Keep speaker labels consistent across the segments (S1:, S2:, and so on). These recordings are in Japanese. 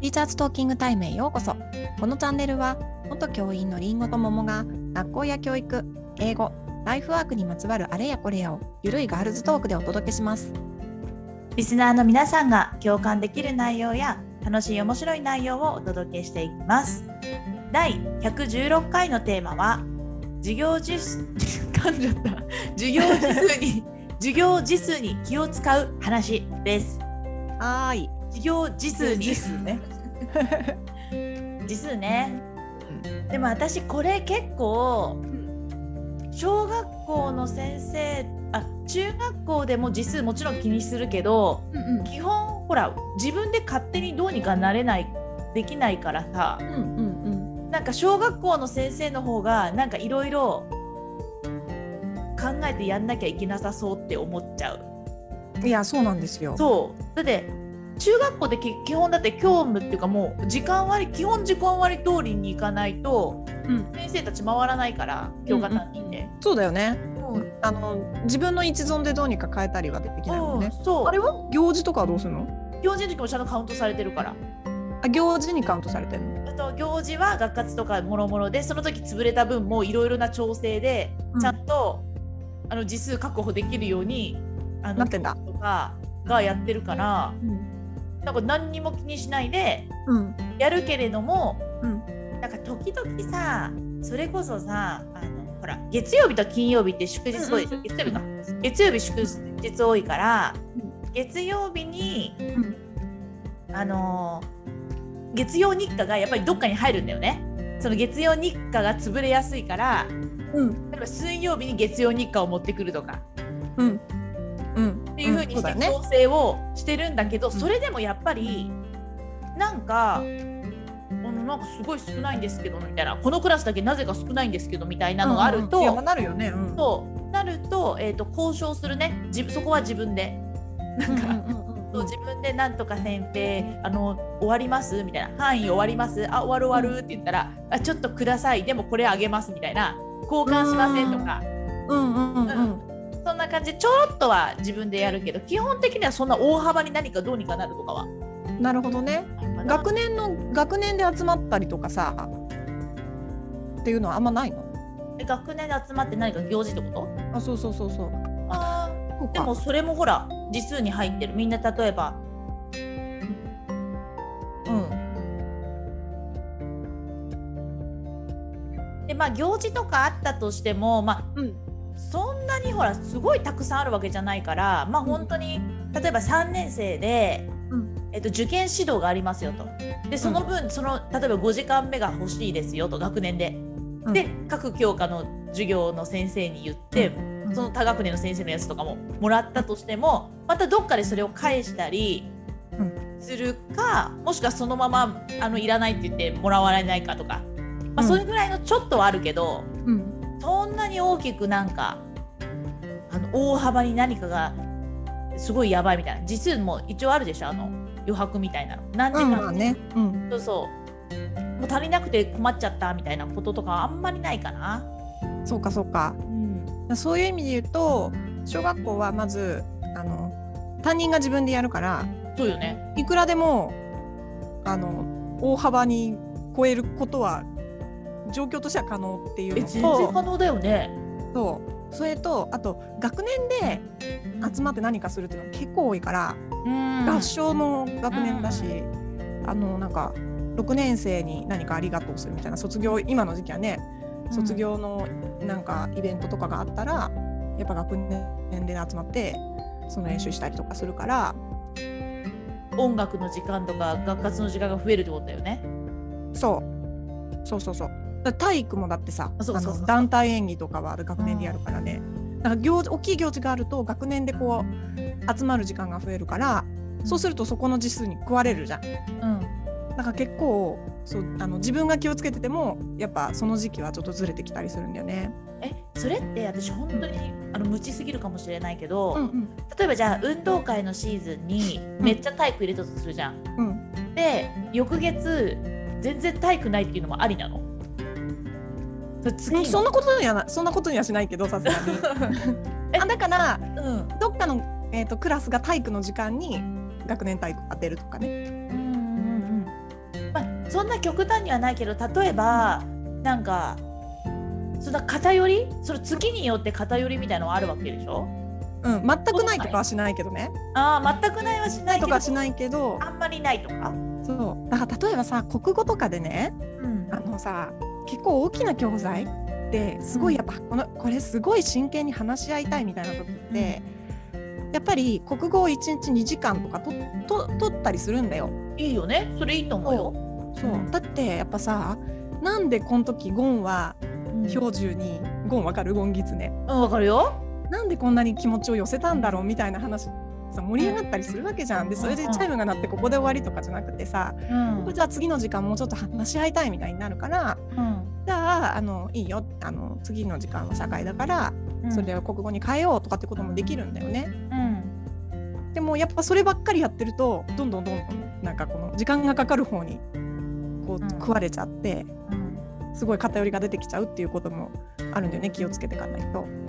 S1: ーチャーズトーキングタイムへようこそこのチャンネルは元教員のりんごと桃が学校や教育英語ライフワークにまつわるあれやこれやをゆるいガールズトークでお届けします
S2: リスナーの皆さんが共感できる内容や楽しい面白い内容をお届けしていきます。第116回のテーマは授業実 噛んじゃった授業実数 に授業実数に気を使う話です。
S1: はーい
S2: 授業実数に
S1: 実数ね
S2: 実数ね。でも私これ結構小学校の先生あ中学校でも実数もちろん気にするけど
S1: うん
S2: 基本ほら自分で勝手にどうにかなれないできないからさ
S1: うんうんうん
S2: なんか小学校の先生の方がなんかいろいろ考えてやんなきゃいけなさそうって思っちゃう
S1: うんいやそうなんですよ
S2: そうだって中学校って基基本だって教務っていうかもう時間割基本時間割通りに行かないと
S1: うん
S2: 先生たち回らないから教科担任で、
S1: そうだよね
S2: うん
S1: あの自分の一存でどうにか変えたりはできないもんね
S2: そう
S1: あれは行事とかはどうするの
S2: 行事の時もちゃんとカウントされてるから
S1: あ行事にカウントされてるの
S2: あと行事は学活とかもろもろでその時潰れた分もいろいろな調整で、
S1: うん
S2: ちゃんとあの時数確保できるようにあの
S1: なってんだ
S2: とかがやってるからなんか何にも気にしないで
S1: うん
S2: やるけれども、
S1: うん
S2: なんか時々さそれこそさあのほら月曜日と金曜日って祝日多いでし
S1: うんうんう
S2: ょ、
S1: ん
S2: 月曜日か月曜日祝日多いから、
S1: う
S2: 月曜日に、
S1: ん
S2: あのー月曜日課がやっぱりどっかに入るんだよね。その月曜日課が潰れやすいから
S1: うん
S2: 例えば水曜日に月曜日課を持ってくるとか
S1: うんうん
S2: っていう風に
S1: そう
S2: し
S1: だよ
S2: て
S1: ね
S2: 調整をしてるんだけど、
S1: ん
S2: それでもやっぱりなんか。あのなんかすごい少ないんですけどみたいなこのクラスだけなぜか少ないんですけどみたいなのがあると、
S1: うんうんいやまあなるよねうん
S2: そうなると,、えー、と交渉するね自分そこは自分でなんか、そう自分でなんとか先平あの終わりますみたいな範囲終わりますあ終わる終わるって言ったらあちょっとくださいでもこれあげますみたいな交換しませんとか
S1: うんうんうんうん
S2: そんな感じでちょろっとは自分でやるけど基本的にはそんな大幅に何かどうにかなるとかは
S1: うんなるほどね学年の学年で集まったりとかさっていうのはあんまないの
S2: え学年で集まって何か行事ってこと
S1: あそうそうそうそう
S2: あー
S1: そうか
S2: でもそれもほら時数に入ってるみんな例えば
S1: うん
S2: でまあ行事とかあったとしてもまあ
S1: うん
S2: そんなにほらすごいたくさんあるわけじゃないからまあ本当に例えば3年生で、
S1: うん
S2: えっと、受験指導がありますよとでその分、その例えば5時間目が欲しいですよと学年で、
S1: うん
S2: で各教科の授業の先生に言って、
S1: うん
S2: その多学年の先生のやつとかももらったとしてもまたどっかでそれを返したり
S1: う
S2: するか、もしくはそのままあのいらないって言ってもらわれないかとか、まあ、
S1: うん
S2: それぐらいのちょっとはあるけど。
S1: うん
S2: そんなに大きくなんかあの大幅に何かがすごいやばいみたいな時数も一応あるでしょあの余白みたいなの何時
S1: うんま
S2: 間、
S1: あねうん
S2: そうそうもう足りなくて困っちゃったみたいなこととかはあんまりないかな。
S1: そうかそうか
S2: うん
S1: そういう意味で言うと小学校はまずあの担任が自分でやるから
S2: そうよね。
S1: いくらでもあの大幅に超えることは状況としては可能っていう
S2: え
S1: の
S2: 全然可
S1: と
S2: 能だよね。
S1: そうそれとあと学年で集まって何かするっていうのが結構多いから、
S2: うん
S1: 合唱も学年だし、あのなんか6年生に何かありがとうするみたいな卒業今の時期はね卒業のなんかイベントとかがあったらやっぱ学年で集まってその練習したりとかするから
S2: 音楽の時間とか学活の時間が増えるってことだよね。
S1: そうそうそうそうだから体育もだってさ
S2: あそうそうそう
S1: あの団体演技とかは学年でやるからね、なんか行事大きい行事があると学年でこう集まる時間が増えるからそうするとそこの時数に食われるじゃん。
S2: うん。
S1: なんか結構そうあの自分が気をつけててもやっぱその時期はちょっとずれてきたりするんだよね。
S2: えそれって私本当にあの無知すぎるかもしれないけど、
S1: ん
S2: 例えばじゃあ運動会のシーズンにめっちゃ体育入れたとするじゃん。
S1: うん、
S2: で翌月全然体育ないっていうのもありなのそれ次
S1: うん、
S2: の
S1: そんなことにはなそんなことにはしないけどさすがに
S2: え
S1: あだから
S2: うん
S1: どっかの、えー、とクラスが体育の時間に学年体育当てるとかね
S2: うんうんうんそんな極端にはないけど例えばなんかそんな偏りその月によって偏りみたいのはあるわけでしょ
S1: うん、全くないとかはしないけどね。
S2: ああ全くないはしな
S1: ないい
S2: け
S1: と
S2: ど
S1: かはしないけど、
S2: あんまりないとか、
S1: そう。だから例えばさ、国語とかでね、
S2: うん
S1: あのさ、結構大きな教材ってすごいやっぱこのこれすごい真剣に話し合いたいみたいな時って、やっぱり国語を1日2時間とかとと取ったりするんだよ。
S2: いいよねそれいいと思うよ。
S1: そう。だってやっぱさ、なんでこの時ゴンは
S2: うん
S1: 標準にゴンわかるゴンギツネ。
S2: うん、わかるよ。
S1: なんでこんなに気持ちを寄せたんだろうみたいな話さ盛り上がったりするわけじゃんでそれでチャイムが鳴ってここで終わりとかじゃなくてさ
S2: うん
S1: じゃあ次の時間もうちょっと話し合いたいみたいになるからじゃああのいいよあの次の時間は社会だから
S2: うん、
S1: それを国語に変えようとかってこともできるんだよね。
S2: うん、
S1: でもやっぱそればっかりやってるとどんどんどんどんなんかこの時間がかかる方にこ
S2: うん
S1: う食われちゃってすごい偏りが出てきちゃうっていうこともあるんだよね気をつけていかないと。
S2: うん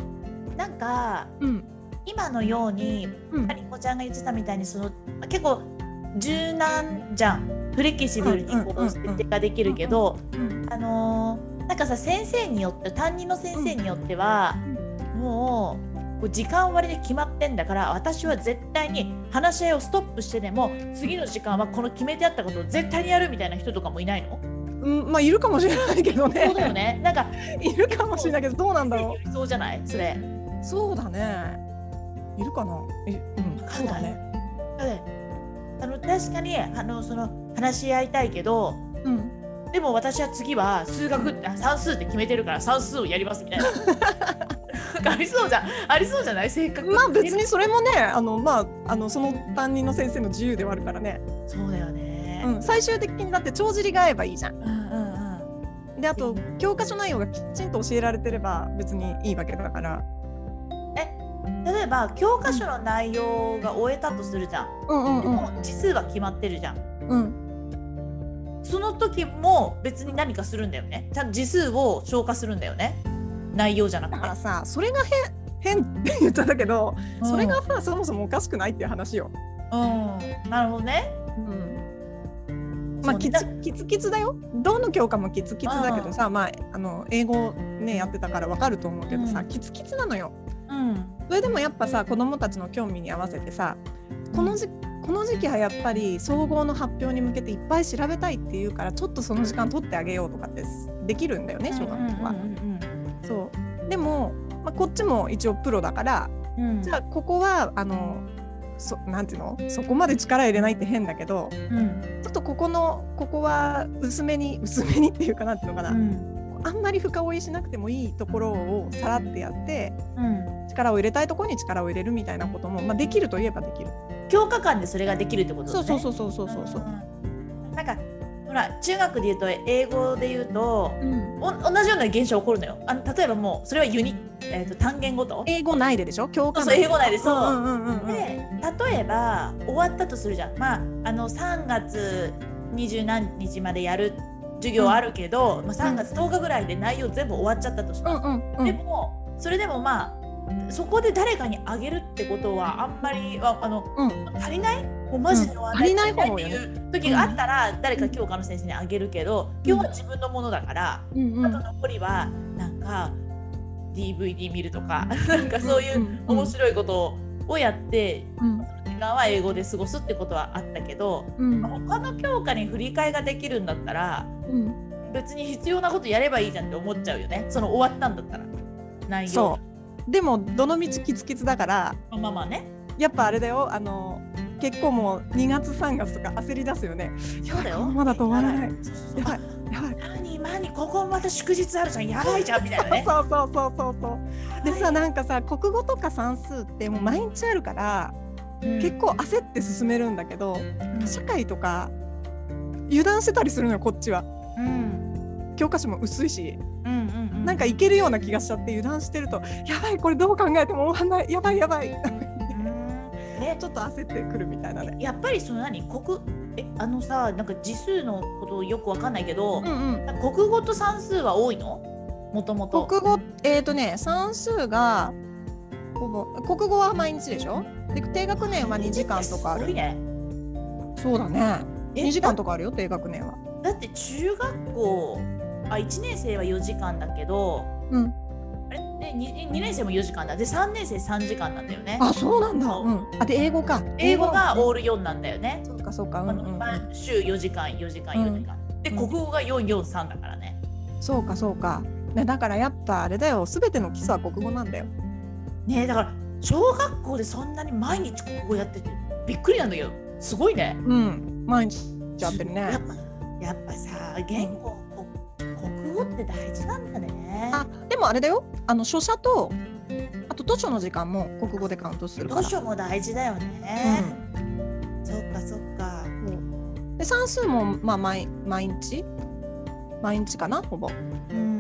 S2: なんか
S1: うん
S2: 今のように
S1: うん
S2: パリコちゃんが言ってたみたいにその結構柔軟じゃんフレキシブルにこ
S1: うんうんうんう
S2: うん設定ができるけど、
S1: うん
S2: あのーなんかさ先生によって担任の先生によっては、もうこう時間割で決まってんだから私は絶対に話し合いをストップしてでも次の時間はこの決めてあったことを絶対にやるみたいな人とかもいないの
S1: うん、まあいるかもしれないけどね。
S2: そうだよねなんか
S1: いるかもしれないけどどうなんだろ
S2: いそうじゃないそれ。
S1: う。そうだね。いるかな。え、うん、そうだね。
S2: はいあの確かにあのその話し合いたいけど
S1: うん。
S2: でも私は次は数学あ算数って決めてるから算数をやりますみたい ななんかありそうじゃんありそうじゃない性格
S1: まあ別にそれもね、あのまああのその担任の先生の自由ではあるからね。
S2: そうだよね、
S1: うん。最終的にだって帳尻が合えばいいじゃん。
S2: うん、うんうん
S1: であと教科書内容がきちんと教えられてれば別にいいわけだから。
S2: 例えば教科書の内容が終えたとするじゃん、
S1: うんう
S2: でも字数は決まってるじゃん
S1: うん。
S2: その時も別に何かするんだよねちゃんと字数を消化するんだよね内容じゃなく
S1: だ
S2: て
S1: からさ、それが変変って言っちゃったけど、それがさそもそもおかしくないっていう話よ。
S2: うん、うんなるほどね
S1: うんまあ、
S2: そう
S1: き
S2: だ
S1: つきつきつだよどの教科もきつきつだけどさまあ、あの英語ねやってたからわかると思うけどさ、
S2: うん
S1: きつきつなのよ
S2: うん
S1: それでもやっぱさ子どもたちの興味に合わせてさこのじこの時期はやっぱり総合の発表に向けていっぱい調べたいっていうからちょっとその時間取ってあげようとかってできるんだよね小学校は。
S2: うんうん
S1: そうでも、まあ、こっちも一応プロだから
S2: うんうんうん
S1: じゃあここはあのそなんていうのそこまで力入れないって変だけど、
S2: うん
S1: ちょっとここのここは薄めに 薄めにっていうかなっていうのかな、
S2: うん
S1: あんまり深追いしなくてもいいところをさらってやって
S2: うん
S1: 力を入れたいところに力を入れるみたいなことも、まあ、できるといえばできる。
S2: 教科間でそれができるってことだ
S1: そ
S2: ね
S1: うそうそうそうそうそうそう。
S2: うんなんかほら中学で言うと英語で言うと
S1: うん、
S2: お同じような現象起こるのよあの例えばもうそれはユニ、えー、と単元ごと
S1: 英語ないででしょ教科
S2: そうそう英語内で
S1: う
S2: そ
S1: んう
S2: う、
S1: んうんうん。
S2: で例えば終わったとするじゃんまああの3月二十何日までやる授業あるけど、まあ、3月10日ぐらいで内容全部終わっちゃったとし
S1: う
S2: ます、
S1: んうんう
S2: で
S1: ん
S2: もそれでもまあそこで誰かにあげるってことはあんまりああの
S1: うん
S2: 足りないもうマジで終わら
S1: うん足りない方
S2: って
S1: よね
S2: いう時があったら誰か教科の先生にあげるけど今日は自分のものだから、
S1: うんう
S2: あ
S1: ん
S2: と残りはなんか DVD 見るとかなんかそうい
S1: うん
S2: う
S1: うん
S2: 面白いことをやって
S1: うん
S2: その時間は英語で過ごすってことはあったけど
S1: うん
S2: 他の教科に振り替えができるんだったら
S1: うん
S2: 別に必要なことやればいいじゃんって思っちゃうよねその終わったんだったら内容
S1: そうでもどの道キツキツだから
S2: まあまあね
S1: やっぱあれだよあの結構もう2月3月とか焦り出すよね。
S2: そうだよ
S1: このままだと終わらない。
S2: そうそうそう
S1: やばいやばい
S2: 何何ここまた祝日あるじゃんやばいじゃんみたいな ね。
S1: そうそうそうそうそう。でさなんかさ国語とか算数ってもう毎日あるから、結構焦って進めるんだけど社会とか油断してたりするのよこっちは。
S2: うん
S1: 教科書も薄いし
S2: うんうんうん
S1: なんかいけるような気がしちゃって油断してるとやばいこれどう考えても終わんないやばいやばい
S2: うんね
S1: ちょっと焦ってくるみたいなね。
S2: やっぱりその何国えあのさなんか字数のことよくわかんないけど、
S1: うん
S2: 国語と算数は多いのもとも
S1: うん、
S2: と。
S1: 国語えっ、とね算数がほぼ国語は毎日でしょで低学年は2時間とかあ
S2: すごい
S1: る
S2: ね。
S1: そうだね
S2: え
S1: 2時間とかあるよ低学年は
S2: だって中学校あ1年生は4時間だけど
S1: うん、
S2: あれで 2, 年生も4時間だで3年生3時間なんだよね
S1: あそうなんだ、うん、あで英語か
S2: 英語がオール4なんだよね、
S1: そうかそうか、うん
S2: ま
S1: う
S2: あ
S1: んうん、
S2: 週4時間4時間4時間、で
S1: うん
S2: 国語が443だからね
S1: そうかそうか、ね、だからやっぱあれだよ全ての基礎は国語なんだよ
S2: ねえだから小学校でそんなに毎日国語やっててびっくりなんだけどすごいね
S1: うん毎日やってる
S2: や
S1: ね
S2: っぱやっぱさ言語こ国語って大事なんだね
S1: あでもあれだよあの書写とあと図書の時間も国語でカウントするから
S2: 図書も大事だよね、そっかそっか
S1: うん、で算数もまあ毎毎日毎日かなほぼ
S2: うん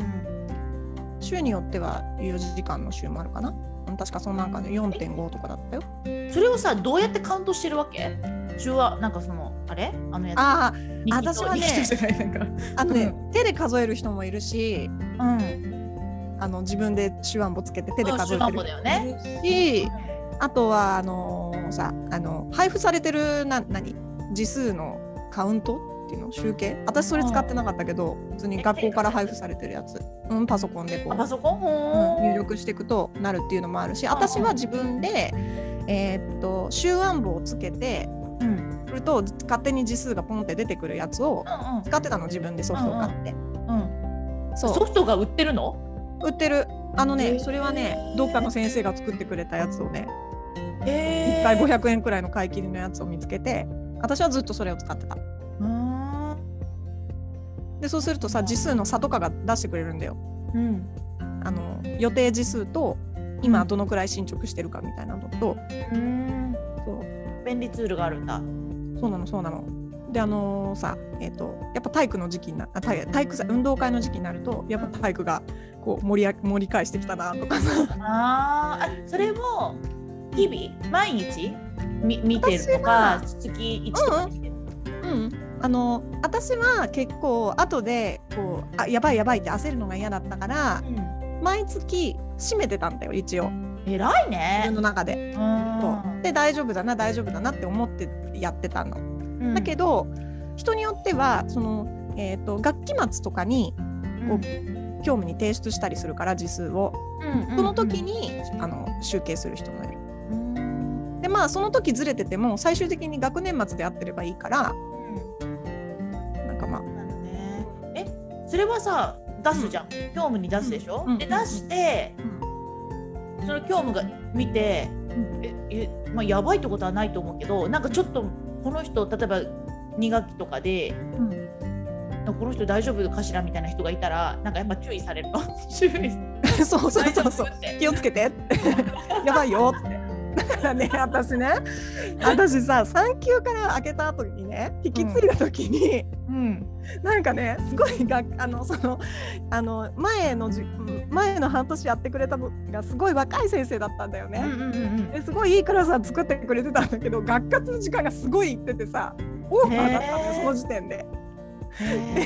S1: 週によっては4時間の週もあるかなうん確かそんなんかね4.5とかだったよ
S2: それをさどうやってカウントしてるわけ中はなんかそのあれあのやつ
S1: ああ
S2: 右と
S1: 私はね
S2: 右とじゃないなんか
S1: あとね、
S2: う
S1: 手で数える人もいるし
S2: うん
S1: あの自分で手腕簿つけて手で数えてる人も
S2: 手で数えてる
S1: いるし、あとはあのーさあの配布されてるな何時数のカウントっていうの集計私それ使ってなかったけど、普通に学校から配布されてるやつ、うん、パソコンでこ
S2: あ
S1: う
S2: パソコン
S1: うん入
S2: ほ
S1: 力していくとなるっていうのもあるし私は自分で、えーっと集暗簿をつけて
S2: ーうんうん
S1: すると勝手に字数がポンって出てくるやつを使ってたの自分でソフトを買って、
S2: うんうん
S1: そ
S2: ソフトが売ってるの
S1: う売ってるあの
S2: へ
S1: ね
S2: ー
S1: それはねどっかの先生が作ってくれたやつをね
S2: え
S1: 1回500円くらいの買い切りのやつを見つけて私はずっとそれを使ってたでそうするとさ字数の差とかが出してくれるんだよ
S2: うん
S1: あの予定字数と今どのくらい進捗してるかみたいなのと
S2: うん
S1: そう
S2: 便利ツールがあるんだ
S1: そうなのそうなの。であのさ、えっとやっぱ体育の時期になあ体体育祭運動会の時期になるとやっぱ体育がこう盛りあ盛り返してきたなとかさ
S2: あーあそれも日々毎日み見てるとか月1とか見てる
S1: うん、あの私は結構後でこうあやばいやばいって焦るのが嫌だったから毎月締めてたんだよ一応
S2: うん偉い
S1: 自分
S2: ね
S1: の中で。そうで大丈夫だな大丈夫だなって思ってやってたの。だけ
S2: ど
S1: ど人によってはその、えっと学期末とかにこう教務に提出したりするから字数を。その時に、あの集計する人もいる。でまあその時ずれてても最終的に学年末で会ってればいいからなんかまあ
S2: なのねえそれはさ出すじゃん業務に出すでしょ
S1: うん
S2: で出してその業務が見て
S1: ん
S2: ええまあやばいってことはないと思うけどなんかちょっとこの人例えば2学期とかで
S1: うん
S2: この人大丈夫かしらみたいな人がいたらなんかやっぱ注意されるの注意
S1: そうそう
S2: 大丈
S1: そ
S2: 夫
S1: うそう
S2: って
S1: 気をつけて ってやばいよ って。だからね私ね私さ産休から開けた後にね引き継いだ時に、
S2: うん
S1: なんかねすごいがあのそのあの前のじ前の半年やってくれたのがすごい若い先生だったんだよね。
S2: うんうんうん
S1: ですごいいいクラスは作ってくれてたんだけど学活の時間がすごいいっててさオーバーだったんだよ
S2: へー
S1: その時点で
S2: へ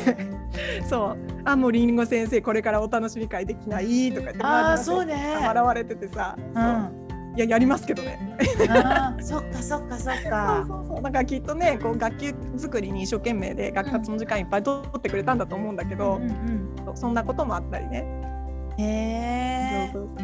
S2: ー
S1: そうあもうりんご先生これからお楽しみ会できないとか言って
S2: ああ
S1: 周り
S2: そう
S1: の
S2: ね
S1: 先生が笑われててさ、
S2: うん
S1: そう
S2: あ
S1: いややりますけどね
S2: ーそっかそっかそっ
S1: そう
S2: か
S1: そうそうだからきっとねこう学級作りに一生懸命で学活の時間いっぱい取ってくれたんだと思うんだけど
S2: うん、うん
S1: そうそんなこともあったりね、
S2: うんへえ
S1: そうそう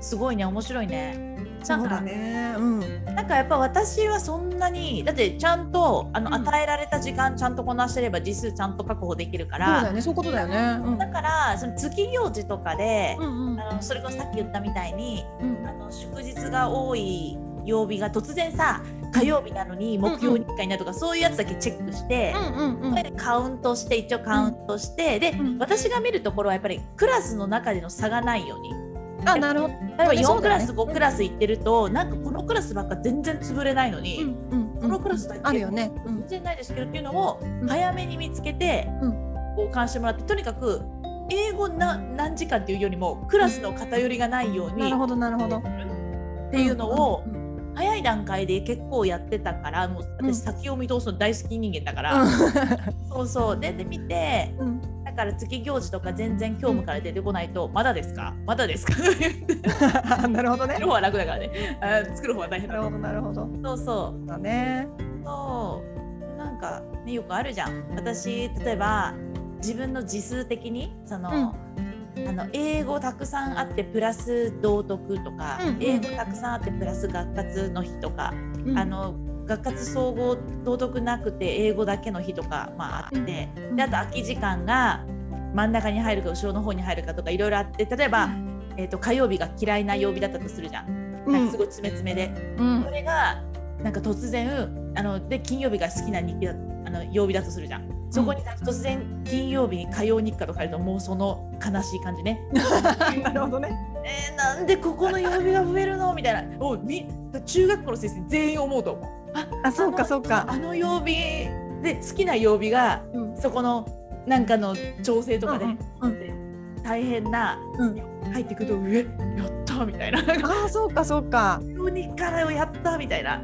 S2: すごいね面白いね
S1: そう
S2: なん
S1: だ
S2: か
S1: ねうん
S2: なんかやっぱ私はそんなにだってちゃんとあの、
S1: うん
S2: 与えられた時間ちゃんとこなしてれば時数ちゃんと確保できるか
S1: そうだ
S2: ら
S1: よねそういうことだよね
S2: だからその月行事とかで
S1: う、んうん
S2: あのそれこそさっき言ったみたいに
S1: うん
S2: あの祝日が多い曜日が突然さ火曜日なのに木曜日に1回なとか、そういうやつだけチェックして、
S1: うんうんうん
S2: それでカウントして一応カウントして、で、
S1: うん
S2: 私が見るところはやっぱりクラスの中での差がないように
S1: あなるほど
S2: 例えば
S1: そ
S2: 4
S1: う
S2: ク
S1: だよ
S2: ラ
S1: ね
S2: ス、5クラス行ってるとなんかこのクラスばっか全然潰れないのに。
S1: こ
S2: このクラスだけ
S1: あるよね。うん
S2: 全然ないですけどっていうのを
S1: ん
S2: 早めに見つけて
S1: うん
S2: 交換してもらってとにかく英語な何時間っていうよりもクラスの偏りがないよう
S1: な
S2: に
S1: る
S2: っ
S1: ほどなるほど。って
S2: いうのを
S1: うんうん
S2: 早い段階で結構やってたからもう
S1: うん
S2: 私先を見通すの大好き人間だから、そうそうでで見て
S1: うん
S2: だから月行事とか全然興味から出てこないと「まだですかまだですか?」 言って作
S1: なるほどね
S2: る。方は楽だからねあー作る方は大変
S1: な
S2: だ
S1: るほどなるほど。
S2: そうそう
S1: だね。
S2: そうなんなんか、ね、よくあるじゃん私例えば自分の字数的にその、あの英語たくさんあってプラス道徳とか、
S1: うんうん
S2: 英語たくさんあってプラス学活の日とか、
S1: うん
S2: あの学活総合道徳なくて英語だけの日とか、まあ、あって、
S1: ん
S2: であと空き時間が真ん中に入るか後ろの方に入るかとかいろいろあって例えば、えー、と火曜日が嫌いな曜日だったとするじゃん。なんかすごい詰め詰めで、
S1: うん
S2: それがなんか突然あので金曜日が好きな日だあの曜日だとするじゃんそこになんか突然金曜日に火曜日課とかあるともうその悲しい感じね
S1: なるほどね。
S2: えー、なんでここの曜日が増えるのみたいなおみ中学校の先生全員思うと思う
S1: あ、そうか、そうか。
S2: あの曜日で好きな曜日が
S1: うん
S2: そこのなんかの調整とかで
S1: うんうん
S2: 大変な
S1: うん
S2: 入ってくると「えやった!」みたいな 「
S1: あー、そうか、そうか。
S2: 曜日からをやった!」みたいな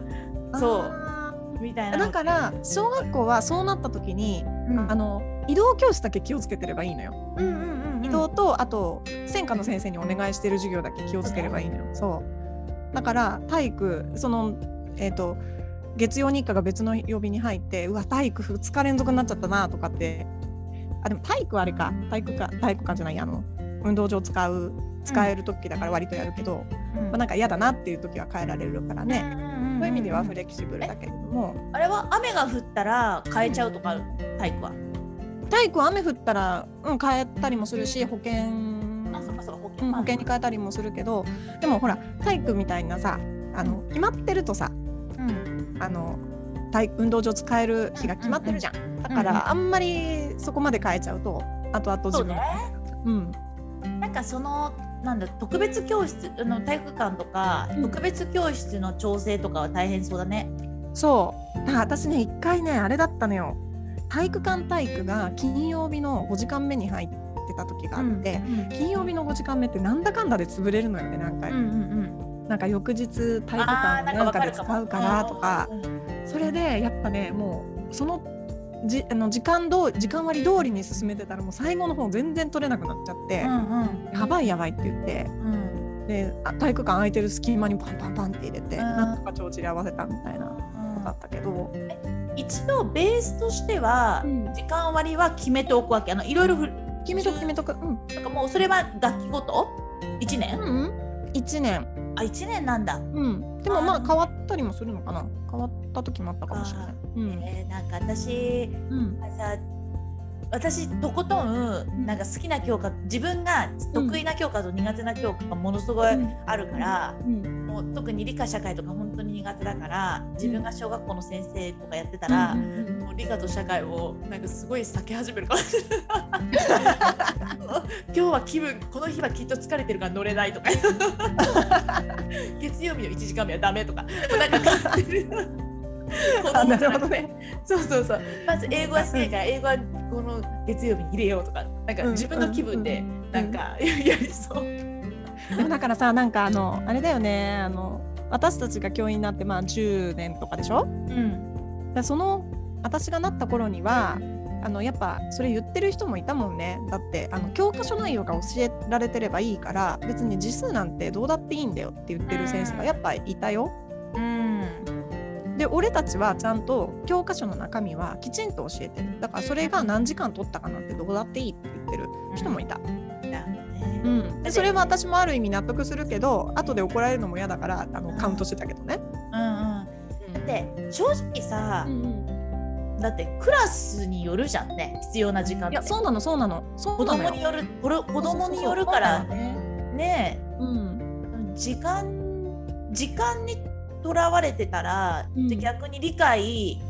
S2: そう
S1: あ
S2: みたい
S1: ー。
S2: な
S1: だから、小学校はそうなった時に、
S2: うん
S1: あの、移動教室だけ気をつけてればいいのよ。
S2: うんうんうんうん
S1: 移動と、あと、専科の先生にお願いしてる授業だけ気をつければいいのよ。そう。だから、体育、その、えっ、と。月曜日課が別の曜日に入ってうわ体育2日連続になっちゃったなとかってあでも体育はあれか体育か体育館じゃないあの運動場使う使える時だから割とやるけど、
S2: うん
S1: まあ、なんか嫌だなっていう時は変えられるからね、
S2: うんんんん
S1: そういう意味ではフレキシブルだけれども
S2: あれは雨が降ったら変えちゃうとかあるの体育は
S1: 体育は雨降ったら、うん、変えたりもするし保険うん
S2: あそっかそっか保険
S1: 保険に変えたりもするけどでもほら体育みたいなさあの決まってるとさ
S2: うん
S1: あの体運動場使える日が決まってるじゃんだか
S2: うんうん
S1: らあんまりそこまで変えちゃうと後々
S2: そ
S1: 自
S2: う
S1: 分
S2: ね
S1: うん
S2: なんかそのなんだ特別教室あの体育館とか
S1: うん
S2: 特別教室の調整とかは大変そうだね
S1: そうあ私ね一回ねあれだったのよ体育館体育が金曜日の5時間目に入ってた時があって、金曜日の5時間目ってなんだかんだで潰れるのよね何回
S2: うん
S1: も、
S2: うんうん
S1: なんか翌日体育
S2: あ
S1: 館
S2: ー
S1: なんかで
S2: わ
S1: 使うからとか
S2: うんうん
S1: それでやっぱねもうそのじあの時間ど時間割り通りに進めてたらもう最後の方全然取れなくなっちゃって、やばいやばいって言って
S2: うん
S1: であ体育館空いてる隙間にパンパンパンって入れて、
S2: うん
S1: なんとか調子で合わせたみたいなことだ
S2: う
S1: ったけど、
S2: ん一応ベースとしては
S1: うん
S2: 時間割は決めておくわけあのいろいろふ
S1: 決めとく決めとく、うん
S2: なんかもうそれは楽器ごと1年
S1: うんうん、1年、
S2: あ1年なんだ
S1: うん、でもまあ変わったりもするのかな変わった時もあったかもしれない。うん
S2: えーなんか私
S1: うん
S2: さ私とことんなんか好きな教科自分が得意な教科と苦手な教科がものすごいあるから、
S1: うん
S2: もう特に理科社会とか本当に苦手だから自分が小学校の先生とかやってた
S1: う
S2: ら、
S1: ん
S2: もう理科と社会をなんかすごい避け始める かもしれない今日は気分この日はきっと疲れてるから乗れないとか月曜日の1時間目はダメとかもうなんか勝手に
S1: あなるほどね。
S2: そうそうそう。まず英語は好きだから英語はこの月曜日に入れようとか、なんか
S1: うん
S2: 自分の気分で
S1: う
S2: なんか やりそう。
S1: でもだからさなんかあのあれだよねあの私たちが教員になってまあ10年とかでしょ
S2: うん。
S1: だからその私がなった頃にはあのやっぱそれ言ってる人もいたもんねだってあの教科書内容が教えられてればいいから別に字数なんてどうだっていいんだよって言ってる先生がやっぱいたよ。
S2: うん。
S1: で俺たちはちゃんと教科書の中身はきちんと教えてるだからそれが何時間取ったかなんてどうだっていいって言ってる人もいた、
S2: だ
S1: う
S2: ね。
S1: ん、でそれは私もある意味納得するけど後で怒られるのも嫌だからあのカウントしてたけどね。
S2: うんうん。で正直さ、だってクラスによるじゃんね必要な時間っ
S1: い
S2: て。
S1: やそうなのそうなのそう
S2: 子
S1: なの
S2: 供
S1: よ
S2: によるこれ子供によるからね
S1: うん
S2: 時間時間にとらわれてたら、
S1: うん
S2: で逆に理解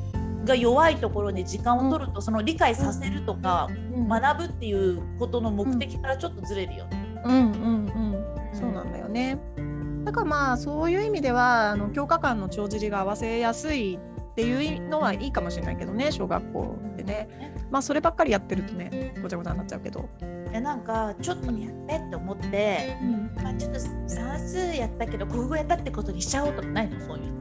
S2: が弱いところで時間を取ると、その理解させるとか、学ぶっていうことの目的からちょっとずれるよね。
S1: うんうんうんそうなんだよね。だからまあそういう意味ではあの教科間の帳尻が合わせやすいっていうのはいいかもしれないけどね小学校でねまあそればっかりやってるとねごちゃごちゃになっちゃうけど。
S2: でなんかちょっとやめって思って、
S1: うん、
S2: まあ、ちょっと算数やったけど国語やったってことにしちゃおうとかないのそういう。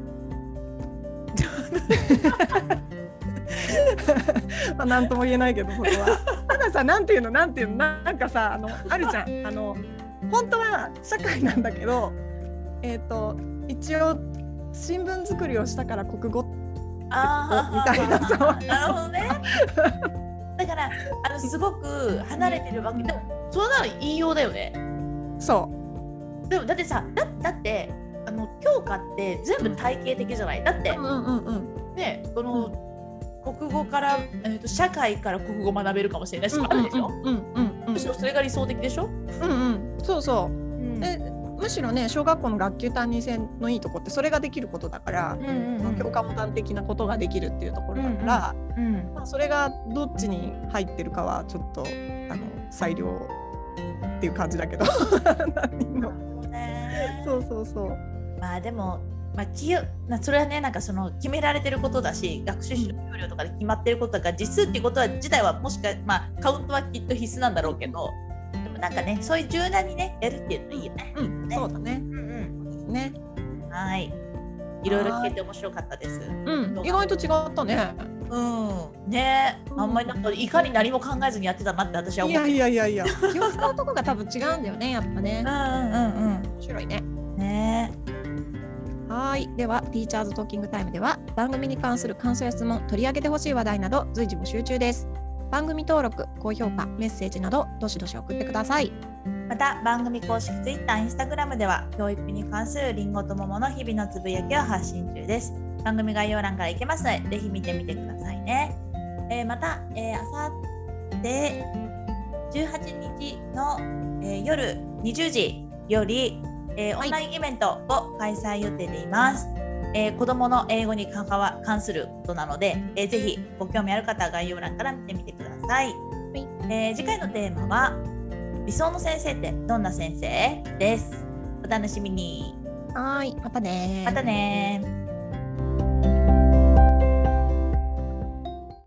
S1: まあなんとも言えないけどそれ は。たださなんていうのなんていうのななんかさあのあるじゃんあの本当は社会なんだけどえっ、と一応新聞作りをしたから国語
S2: あー
S1: みたいなそう
S2: なるほど ね。だからあのすごく離れてるわけでもそんなの言いようだよね。
S1: そう
S2: でもだってさだだってあの教科って全部体系的じゃない。だって
S1: うんうんうん
S2: ねこの国語から、えー、と社会から国語学べるかもしれないし、あるでしょ。
S1: うんうんうん
S2: むしろそれが理想的でしょ。
S1: うんうんそうそううんでむしろね小学校の学級担任制のいいとこってそれができることだから
S2: う、んうんうん
S1: 教科も端的なことができるっていうところだから、
S2: うん
S1: まあ、それがどっちに入ってるかはちょっとあの裁量っていう感じだ けど何
S2: な
S1: の
S2: るほどね
S1: そうそうそう
S2: まあでも、まあ、企業なそれはねなんかその決められてることだし学習費の給料とかで決まってることだから実数っていうことは自体はもしかまあカウントはきっと必須なんだろうけどでもなんかねそういう柔軟にねやるっていうのいいよね。
S1: うんそうだね
S2: うん
S1: そ
S2: う
S1: うですね
S2: ん、はいいろいろ聞けて面白かったです。
S1: うん意外と違ったね
S2: うん、ねえあんまりなんかいかに何も考えずにやってたなって私はい思
S1: や
S2: ってる。
S1: いやいやいや気を使うとこが多分違うんだよねやっぱね
S2: うんう
S1: 面
S2: ん
S1: 白いね
S2: うん。ね
S1: はいではティーチャーズトーキングタイムでは番組に関する感想や質問取り上げてほしい話題など随時募集中です番組登録高評価メッセージなどどしどし送ってください
S2: えまた番組公式 Twitter、Instagram では教育に関するりんごと桃の日々のつぶやきを発信中です。番組概要欄から行けますのでぜひ見てみてくださいね。えーまた、えー、あさって18日の、えー夜20時より、えー
S1: は
S2: オ
S1: い
S2: ンラインイベントを開催予定でいます。えー子どもの英語に関わ関することなので、えーぜひご興味ある方は概要欄から見てみてください。
S1: い
S2: えー次回のテーマは理想の先生ってどんな先生です。お楽しみに。
S1: はいまたね
S2: またねー